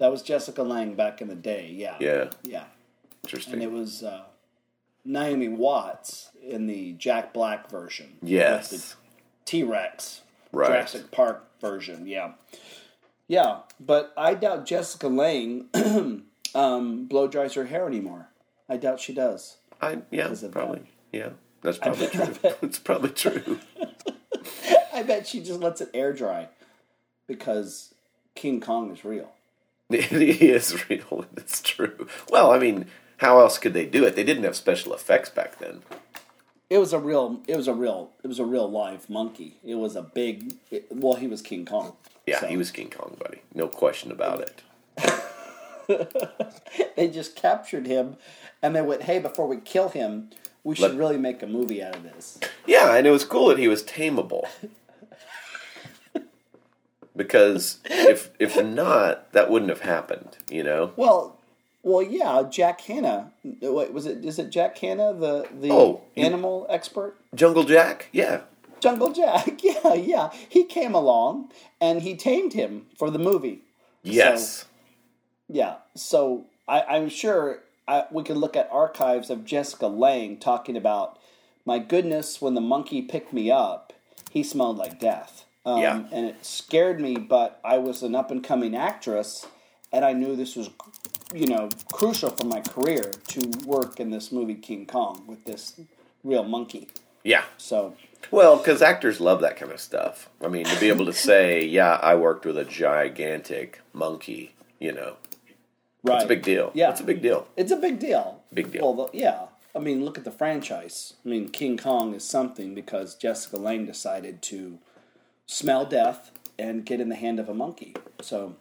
Speaker 7: That was Jessica Lange back in the day. Yeah.
Speaker 8: Yeah,
Speaker 7: Yeah. And it
Speaker 8: interesting.
Speaker 7: was uh, Naomi Watts in the Jack Black version.
Speaker 8: Yes,
Speaker 7: T Rex.
Speaker 8: Right.
Speaker 7: Jurassic Park version, yeah. Yeah, but I doubt Jessica Lange um, blow dries her hair anymore. I doubt she does.
Speaker 8: I yeah
Speaker 7: it
Speaker 8: probably
Speaker 7: bad?
Speaker 8: yeah that's probably true. it's probably true.
Speaker 7: I bet she just lets it air dry because King Kong is real.
Speaker 8: It is real. It's true. Well, I mean, how else could they do it? They didn't have special effects back then.
Speaker 7: It was a real. It was a real. It was a real live monkey. It was a big. It, well, he was King Kong.
Speaker 8: Yeah,
Speaker 7: So
Speaker 8: he was King Kong, buddy. No question about it.
Speaker 7: They just captured him, and they went, "Hey, before we kill him, we should
Speaker 8: Let-
Speaker 7: really make a movie out of this."
Speaker 8: Yeah, and it was cool that he was tameable. Because if if not, that wouldn't have happened, you know.
Speaker 7: Well, well, yeah, Jack Hanna. Wait, was it? Is it Jack Hanna, the the
Speaker 8: Oh, you-
Speaker 7: animal expert?
Speaker 8: Jungle Jack, yeah,
Speaker 7: Jungle Jack. Yeah, yeah. He came along and he tamed him for the movie.
Speaker 8: yes,
Speaker 7: Yeah. So I, I'm sure I, we could look at archives of Jessica Lang talking about, my goodness, when the monkey picked me up, he smelled like death. Um,
Speaker 8: Yeah.
Speaker 7: And it scared me, but I was an up and coming actress, and I knew this was, you know, crucial for my career to work in this movie King Kong with this real monkey.
Speaker 8: Yeah.
Speaker 7: So
Speaker 8: Well, because actors love that kind of stuff. I mean, to be able to say, yeah, I worked with a gigantic monkey, you know,
Speaker 7: right.
Speaker 8: it's a big deal.
Speaker 7: Yeah.
Speaker 8: It's a big deal.
Speaker 7: It's a big deal.
Speaker 8: Big deal.
Speaker 7: Well, the, yeah. I mean, look at the franchise. I mean, King Kong is something because Jessica Lange decided to smell death and get in the hand of a monkey. So,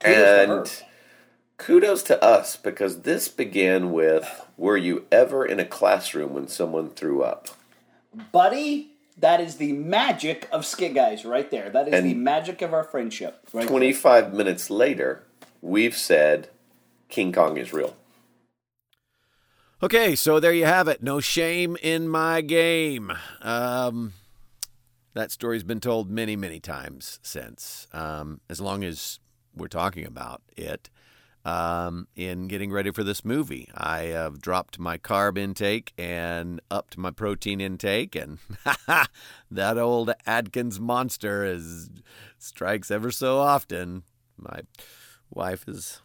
Speaker 7: kudos to her.
Speaker 8: and kudos to us because this began with Were you ever in a classroom when someone threw up?
Speaker 7: buddy, that is the magic of Skit Guys right there. That is
Speaker 8: And-
Speaker 7: the magic of our friendship. Right.
Speaker 8: 25 minutes later, we've said King Kong is real.
Speaker 1: Okay, so there you have it. No shame in my game. Um, that story's been told many, many times since. Um, as long as we're talking about it, um, in getting ready for this movie, I have dropped my carb intake and upped my protein intake, and that old Adkins monster is strikes ever so often. My wife is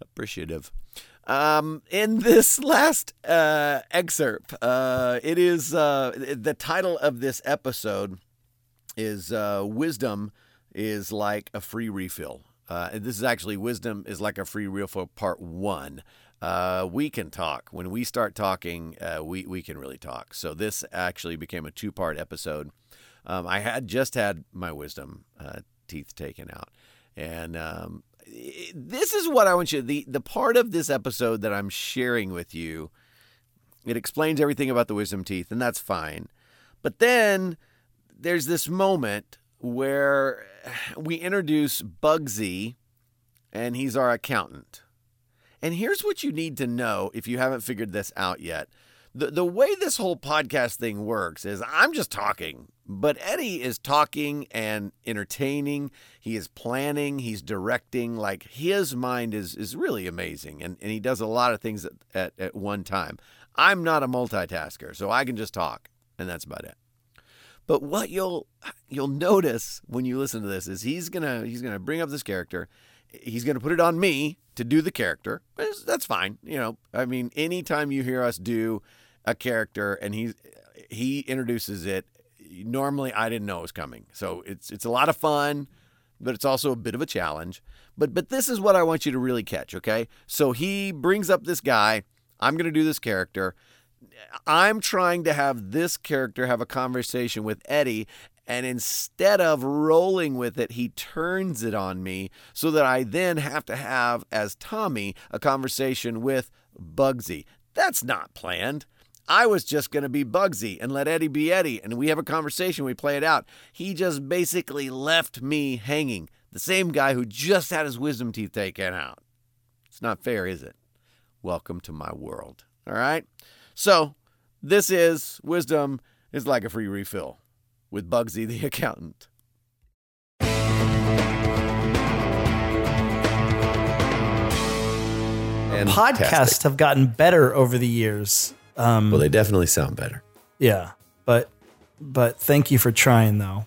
Speaker 1: appreciative. Um, in this last uh, excerpt, uh, it is uh, the title of this episode is uh, "Wisdom is like a free refill." Uh, and this is actually "Wisdom is like a free refill" part one. Uh, we can talk when we start talking. Uh, we we can really talk. So this actually became a two part episode. Um, I had just had my wisdom uh, teeth taken out, and um, i- this is what I want you the the part of this episode that I'm sharing with you. It explains everything about the wisdom teeth, and that's fine. But then there's this moment where we introduce Bugsy, and he's our accountant. And here's what you need to know if you haven't figured this out yet. The, the way this whole podcast thing works is I'm just talking, but Eddie is talking and entertaining. He is planning, he's directing. Like his mind is, is really amazing, and, and he does a lot of things at, at, at one time. I'm not a multitasker, so I can just talk, and that's about it. But what you'll you'll notice when you listen to this is he's gonna he's gonna bring up this character. He's gonna put it on me to do the character. That's- That's fine. You know, I mean, anytime you hear us do a character and he's he introduces it, normally I didn't know it was coming. So it's it's a lot of fun, but it's also a bit of a challenge. But but this is what I want you to really catch, okay? So he brings up this guy. I'm gonna do this character. I'm trying to have this character have a conversation with Eddie, and instead of rolling with it, he turns it on me so that I then have to have, as Tommy, a conversation with Bugsy. That's not planned. I was just going to be Bugsy and let Eddie be Eddie, and we have a conversation, we play it out. He just basically left me hanging. The same guy who just had his wisdom teeth taken out. It's not fair, is it? Welcome to my world. All right? So, this is Wisdom is Like a Free Refill with Bugsy the Accountant.
Speaker 8: And
Speaker 9: podcasts have gotten better over the years. Um,
Speaker 1: Well, they definitely sound better.
Speaker 9: yeah, but but thank you for trying though.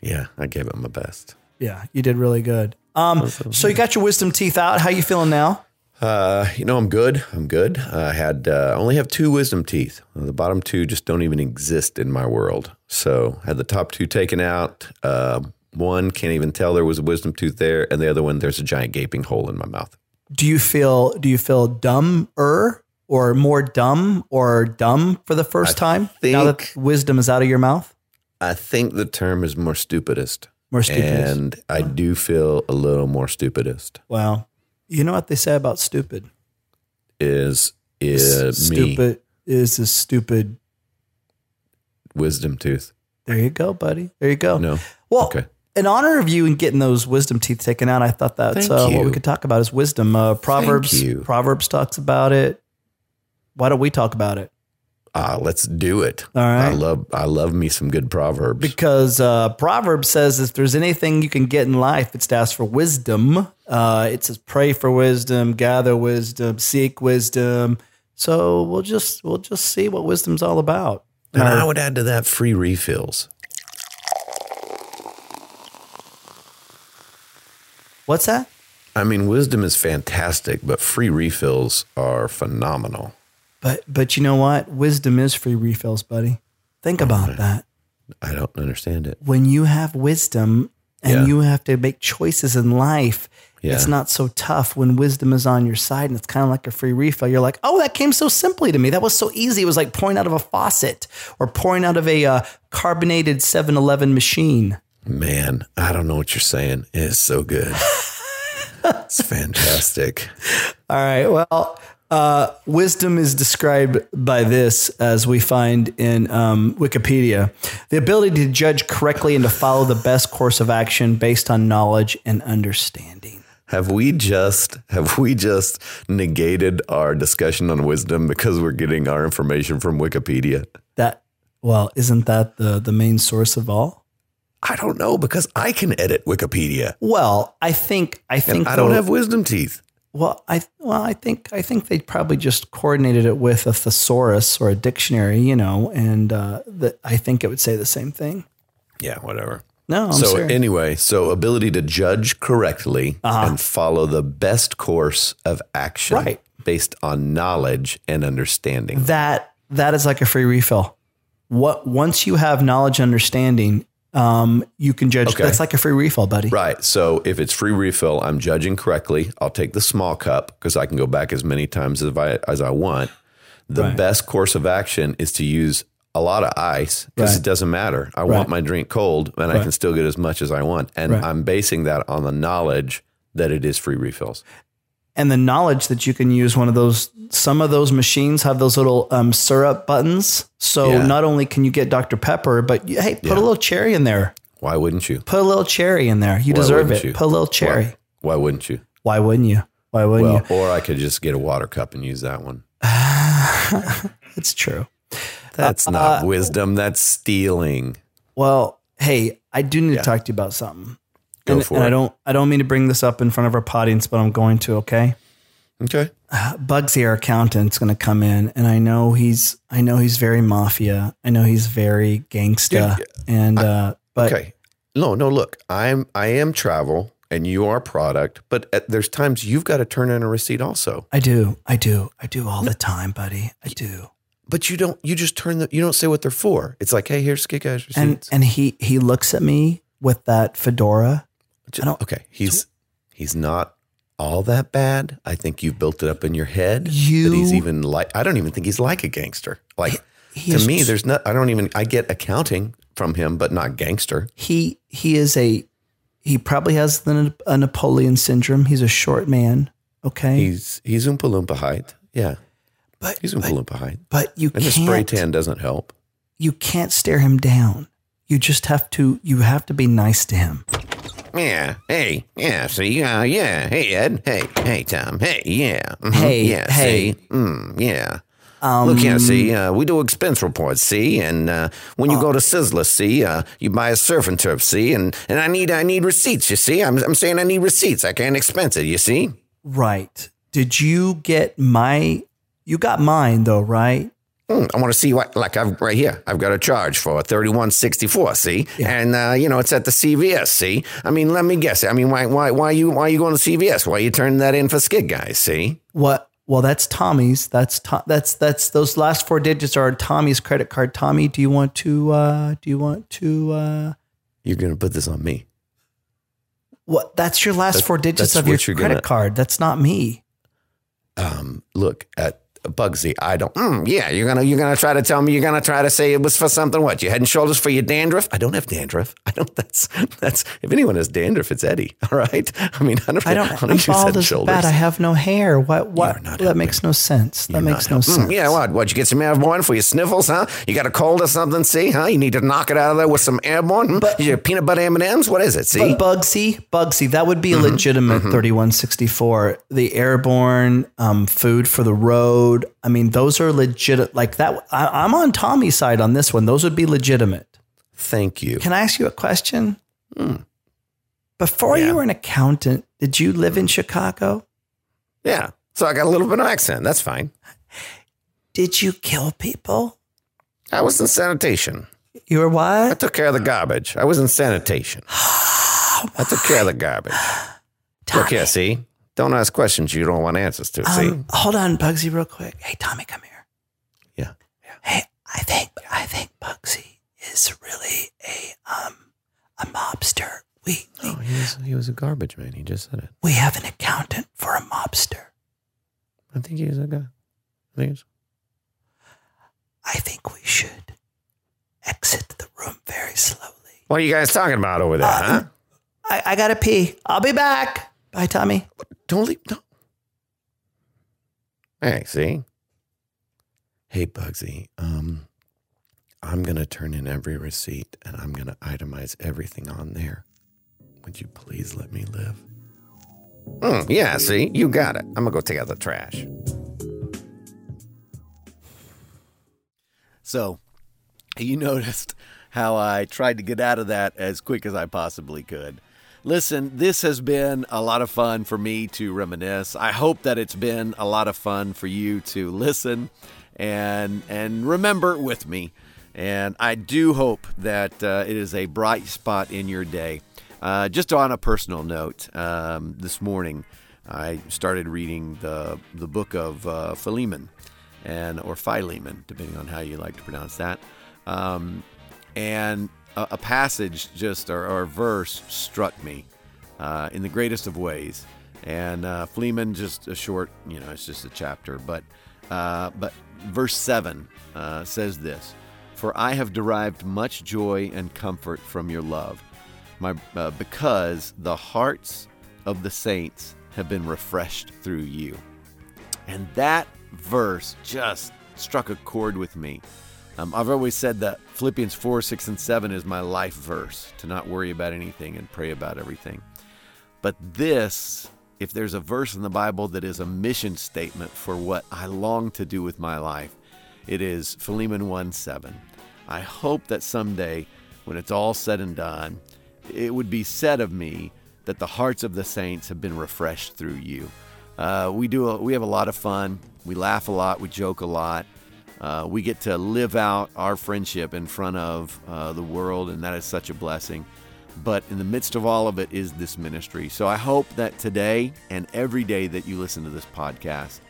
Speaker 1: Yeah, I gave it my best.
Speaker 9: Yeah, you did really good. Um, so you got your wisdom teeth out. How you feeling now?
Speaker 1: Uh, you know, I'm good. I'm good. I had uh, I only have two wisdom teeth. The bottom two just don't even exist in my world. So, had the top two taken out. Uh, one can't even tell there was a wisdom tooth there, and the other one there's a giant gaping hole in my mouth.
Speaker 9: Do you feel do you feel dumber or more dumb or dumb for the first time now that
Speaker 1: think-
Speaker 9: wisdom is out of your mouth?
Speaker 1: I think the term is more stupidest.
Speaker 9: More stupidest.
Speaker 1: And I do feel a little more stupidest.
Speaker 9: Wow. You know what they say about stupid?
Speaker 1: Is is me
Speaker 9: stupid is a stupid.
Speaker 1: wisdom tooth?
Speaker 9: There you go, buddy. There you go.
Speaker 1: No.
Speaker 9: Well,
Speaker 1: Okay.
Speaker 9: in honor of you and getting those wisdom teeth taken out, I thought that's
Speaker 1: Thank
Speaker 9: uh, what
Speaker 1: you.
Speaker 9: we could talk about is wisdom. Uh, Proverbs.
Speaker 1: you.
Speaker 9: Proverbs talks about it. Why don't we talk about it?
Speaker 1: Uh,
Speaker 10: Ah, let's do it.
Speaker 9: All right.
Speaker 10: I love I love me some good proverbs.
Speaker 9: because uh, proverb says if there's anything you can get in life it's to ask for wisdom uh, it says pray for wisdom gather wisdom seek wisdom so we'll just we'll just see what wisdom's all about
Speaker 10: and I would add to that free refills.
Speaker 9: what's that
Speaker 10: I mean, wisdom is fantastic, but free refills are phenomenal.
Speaker 9: but but you know what wisdom is free refills buddy think about that
Speaker 10: I don't understand it.
Speaker 9: when you have wisdom and
Speaker 10: Yeah.
Speaker 9: you have to make choices in life
Speaker 10: Yeah.
Speaker 9: It's not so tough when wisdom is on your side and it's kind of like a free refill. You're like, oh, that came so simply to me. That was so easy. It was like pouring out of a faucet or pouring out of a uh, carbonated 7 Eleven machine.
Speaker 10: Man, I don't know what you're saying. It's so good. it's fantastic.
Speaker 9: All right. Well, uh, wisdom is described by this, as we find in um, Wikipedia the ability to judge correctly and to follow the best course of action based on knowledge and understanding.
Speaker 10: Have we just have we just negated our discussion on wisdom because we're getting our information from Wikipedia?
Speaker 9: That, well, isn't that the, the main source of all?
Speaker 10: I don't know because I can edit Wikipedia.
Speaker 9: Well, I think I think
Speaker 10: And I don't
Speaker 9: though-
Speaker 10: have wisdom teeth.
Speaker 9: Well, I well, I think I think they probably just coordinated it with a thesaurus or a dictionary, you know, and uh, that I think it would say the same thing.
Speaker 10: Yeah, whatever.
Speaker 9: No, I'm
Speaker 10: so
Speaker 9: serious.
Speaker 10: anyway, so ability to judge correctly and follow the best course of action
Speaker 9: Uh-huh. Right.
Speaker 10: based on knowledge and understanding.
Speaker 9: that that is like a free refill. What once you have knowledge and understanding, um, you can judge.
Speaker 10: Okay.
Speaker 9: That's like a free refill, buddy.
Speaker 10: Right. So if it's free refill, I'm judging correctly. I'll take the small cup because I can go back as many times as I, as I want. The
Speaker 9: Right.
Speaker 10: best course of action is to use a lot of ice because
Speaker 9: Right.
Speaker 10: it doesn't matter. I
Speaker 9: Right.
Speaker 10: want my drink cold and I can still get as much as I want. And
Speaker 9: Right.
Speaker 10: I'm basing that on the knowledge that it is free refills.
Speaker 9: And the knowledge that you can use one of those. Some of those machines have those little um, syrup buttons, so
Speaker 10: Yeah.
Speaker 9: not only can you get Dr Pepper, but you, hey, put a little cherry in there.
Speaker 10: Why wouldn't you?
Speaker 9: Put a little cherry in there. You
Speaker 10: Why
Speaker 9: deserve
Speaker 10: wouldn't
Speaker 9: it. Put a little cherry.
Speaker 10: Why, why wouldn't you?
Speaker 9: Why wouldn't you? Why wouldn't
Speaker 10: Well, or I could just get a water cup and use that one.
Speaker 9: you? It's true.
Speaker 10: That's
Speaker 9: uh,
Speaker 10: not wisdom. That's stealing.
Speaker 9: Well, hey, I do need to talk to you about something.
Speaker 10: Go
Speaker 9: and,
Speaker 10: for
Speaker 9: and
Speaker 10: it.
Speaker 9: I don't I don't mean to bring this up in front of our audience, but I'm going to, okay?
Speaker 10: Okay.
Speaker 9: Bugsy, our accountant's gonna come in and I know he's I know he's very mafia. I know he's very gangsta.
Speaker 10: Dude,
Speaker 9: and uh but
Speaker 10: okay. No, no. Look, I'm I am travel, and you are product. But at, there's times you've got to turn in a receipt also.
Speaker 9: I do, I do, I do all the time, buddy. I do.
Speaker 10: But you don't. You just turn the. You don't say what they're for. It's like, hey, here's Skid Guy's
Speaker 9: And
Speaker 10: receipts.
Speaker 9: and he he looks at me with that fedora.
Speaker 10: Ju-
Speaker 9: I don't-
Speaker 10: okay. He's he's not all that bad. I think you've built it up in your head.
Speaker 9: You-
Speaker 10: that he's even like. I don't even think he's like a gangster. Like
Speaker 9: He
Speaker 10: to
Speaker 9: is
Speaker 10: me, there's not. I don't even. I get accounting from him, but not gangster.
Speaker 9: he he is a he probably has the, a Napoleon syndrome. He's a short man, okay.
Speaker 10: He's he's Oompa Loompa height. Yeah,
Speaker 9: but
Speaker 10: he's Oompa Loompa height.
Speaker 9: but you
Speaker 10: And the
Speaker 9: can't
Speaker 10: spray tan doesn't help.
Speaker 9: you can't stare him down. You just have to you have to be nice to him.
Speaker 10: Yeah. Hey. Yeah. See. Uh, yeah. Hey Ed. Hey. Hey Tom. Hey. Yeah. mhm,
Speaker 9: Hey, hey.
Speaker 10: See? Mm, yeah.
Speaker 9: Um,
Speaker 10: Look here, see, uh, we do expense reports, see, and uh, when you go to Sizzler, see, uh, you buy a surf and turf, see, and, and I need I need receipts, you see. I'm, I'm saying I need receipts. I can't expense it, you see.
Speaker 9: Right. Did you get my you got mine though, right?
Speaker 10: Hmm, I want to see what, like, I've right here. I've got a charge for thirty-one sixty-four. See, and uh, you know it's at the CVS. See, I mean, let me guess. I mean, why, why, why you, why you going to CVS? Why you turning that in for skid guys? See,
Speaker 9: What well that's Tommy's. That's to, that's that's those last four digits are Tommy's credit card. Tommy, do you want to uh do you want to uh
Speaker 10: you're gonna put this on me.
Speaker 9: what that's your last
Speaker 10: That's-
Speaker 9: four digits
Speaker 10: that's
Speaker 9: of your
Speaker 10: what you're
Speaker 9: credit
Speaker 10: gonna-
Speaker 9: card. That's not me.
Speaker 10: Um, look at Bugsy. I don't. Mm, yeah, you're gonna, you're gonna try to tell me you're gonna try to say it was for something. What? Your head and shoulders for your dandruff? I don't have dandruff. I don't. That's that's. If anyone has dandruff, it's Eddie. All right. I mean, I don't.
Speaker 9: I don't.
Speaker 10: I
Speaker 9: I'm
Speaker 10: don't use head
Speaker 9: bald as
Speaker 10: and
Speaker 9: a bat.
Speaker 10: shoulders.
Speaker 9: I have no hair. What? What?
Speaker 10: are
Speaker 9: That
Speaker 10: not
Speaker 9: makes no sense. That makes no
Speaker 10: Mm,
Speaker 9: sense.
Speaker 10: yeah, what? What? You get some airborne for your sniffles, huh? You got a cold or something? See, huh? You need to knock it out of there with some airborne. Hmm? your peanut butter M and M's. What is it? See, Mm-hmm.
Speaker 9: But Bugsy, Bugsy, that would be a legitimate 3164. The airborne um, food for the road. road. I mean, those are legit. Like that, I, I'm on Tommy's side on this one. Those would be legitimate.
Speaker 10: Thank you.
Speaker 9: Can I ask you a question?
Speaker 10: Mm.
Speaker 9: Before you were an accountant, did you live in Chicago?
Speaker 10: Yeah. So I got a little bit of accent. That's fine.
Speaker 9: Did you kill people?
Speaker 10: I was in sanitation.
Speaker 9: You were
Speaker 10: I
Speaker 9: what?
Speaker 10: took care of the garbage. I was in sanitation. I took care of the garbage. Look here, see? Don't ask questions you don't want answers to. See?
Speaker 9: Um, hold on, Bugsy, real quick. Hey, Tommy, come here.
Speaker 10: Yeah.
Speaker 9: Hey, I think I think Bugsy is really a um a mobster. We we,
Speaker 10: Oh, he was, he was a garbage man. He just said it.
Speaker 9: we have an accountant for a mobster.
Speaker 10: I think he was a guy. I think it's
Speaker 9: I think we should exit the room very slowly.
Speaker 10: What are you guys talking about over there, huh?
Speaker 9: I, I gotta pee. I'll be back. Bye, Tommy.
Speaker 10: Don't leave. No. Hey, see? Hey, Bugsy. Um, I'm going to turn in every receipt and I'm going to itemize everything on there. Would you please let me live? Mm, yeah, see? You got it. I'm going to go take out the trash.
Speaker 1: So you noticed how I tried to get out of that as quick as I possibly could. Listen, this has been a lot of fun for me to reminisce. I hope that it's been a lot of fun for you to listen and and remember with me. And I do hope that uh, it is a bright spot in your day. Uh, just on a personal note, um, this morning I started reading the the book of uh, Philemon and or Philemon, depending on how you like to pronounce that. Um, and a, a passage just or, or a verse struck me uh, in the greatest of ways. And uh, Philemon, just a short, you know, it's just a chapter, but uh, but verse seven uh, says this: "For I have derived much joy and comfort from your love, my uh, because the hearts of the saints have been refreshed through you." And that verse just struck a chord with me. Um, I've always said that Philippians 4, 6, and 7 is my life verse to not worry about anything and pray about everything. But this, if there's a verse in the Bible that is a mission statement for what I long to do with my life, it is Philemon 1 7. I hope that someday, when it's all said and done, it would be said of me that the hearts of the saints have been refreshed through you. Uh, we do. A, we have a lot of fun. We laugh a lot. We joke a lot. Uh, we get to live out our friendship in front of uh, the world, and that is such a blessing. But in the midst of all of it is this ministry. So I hope that today and every day that you listen to this podcast,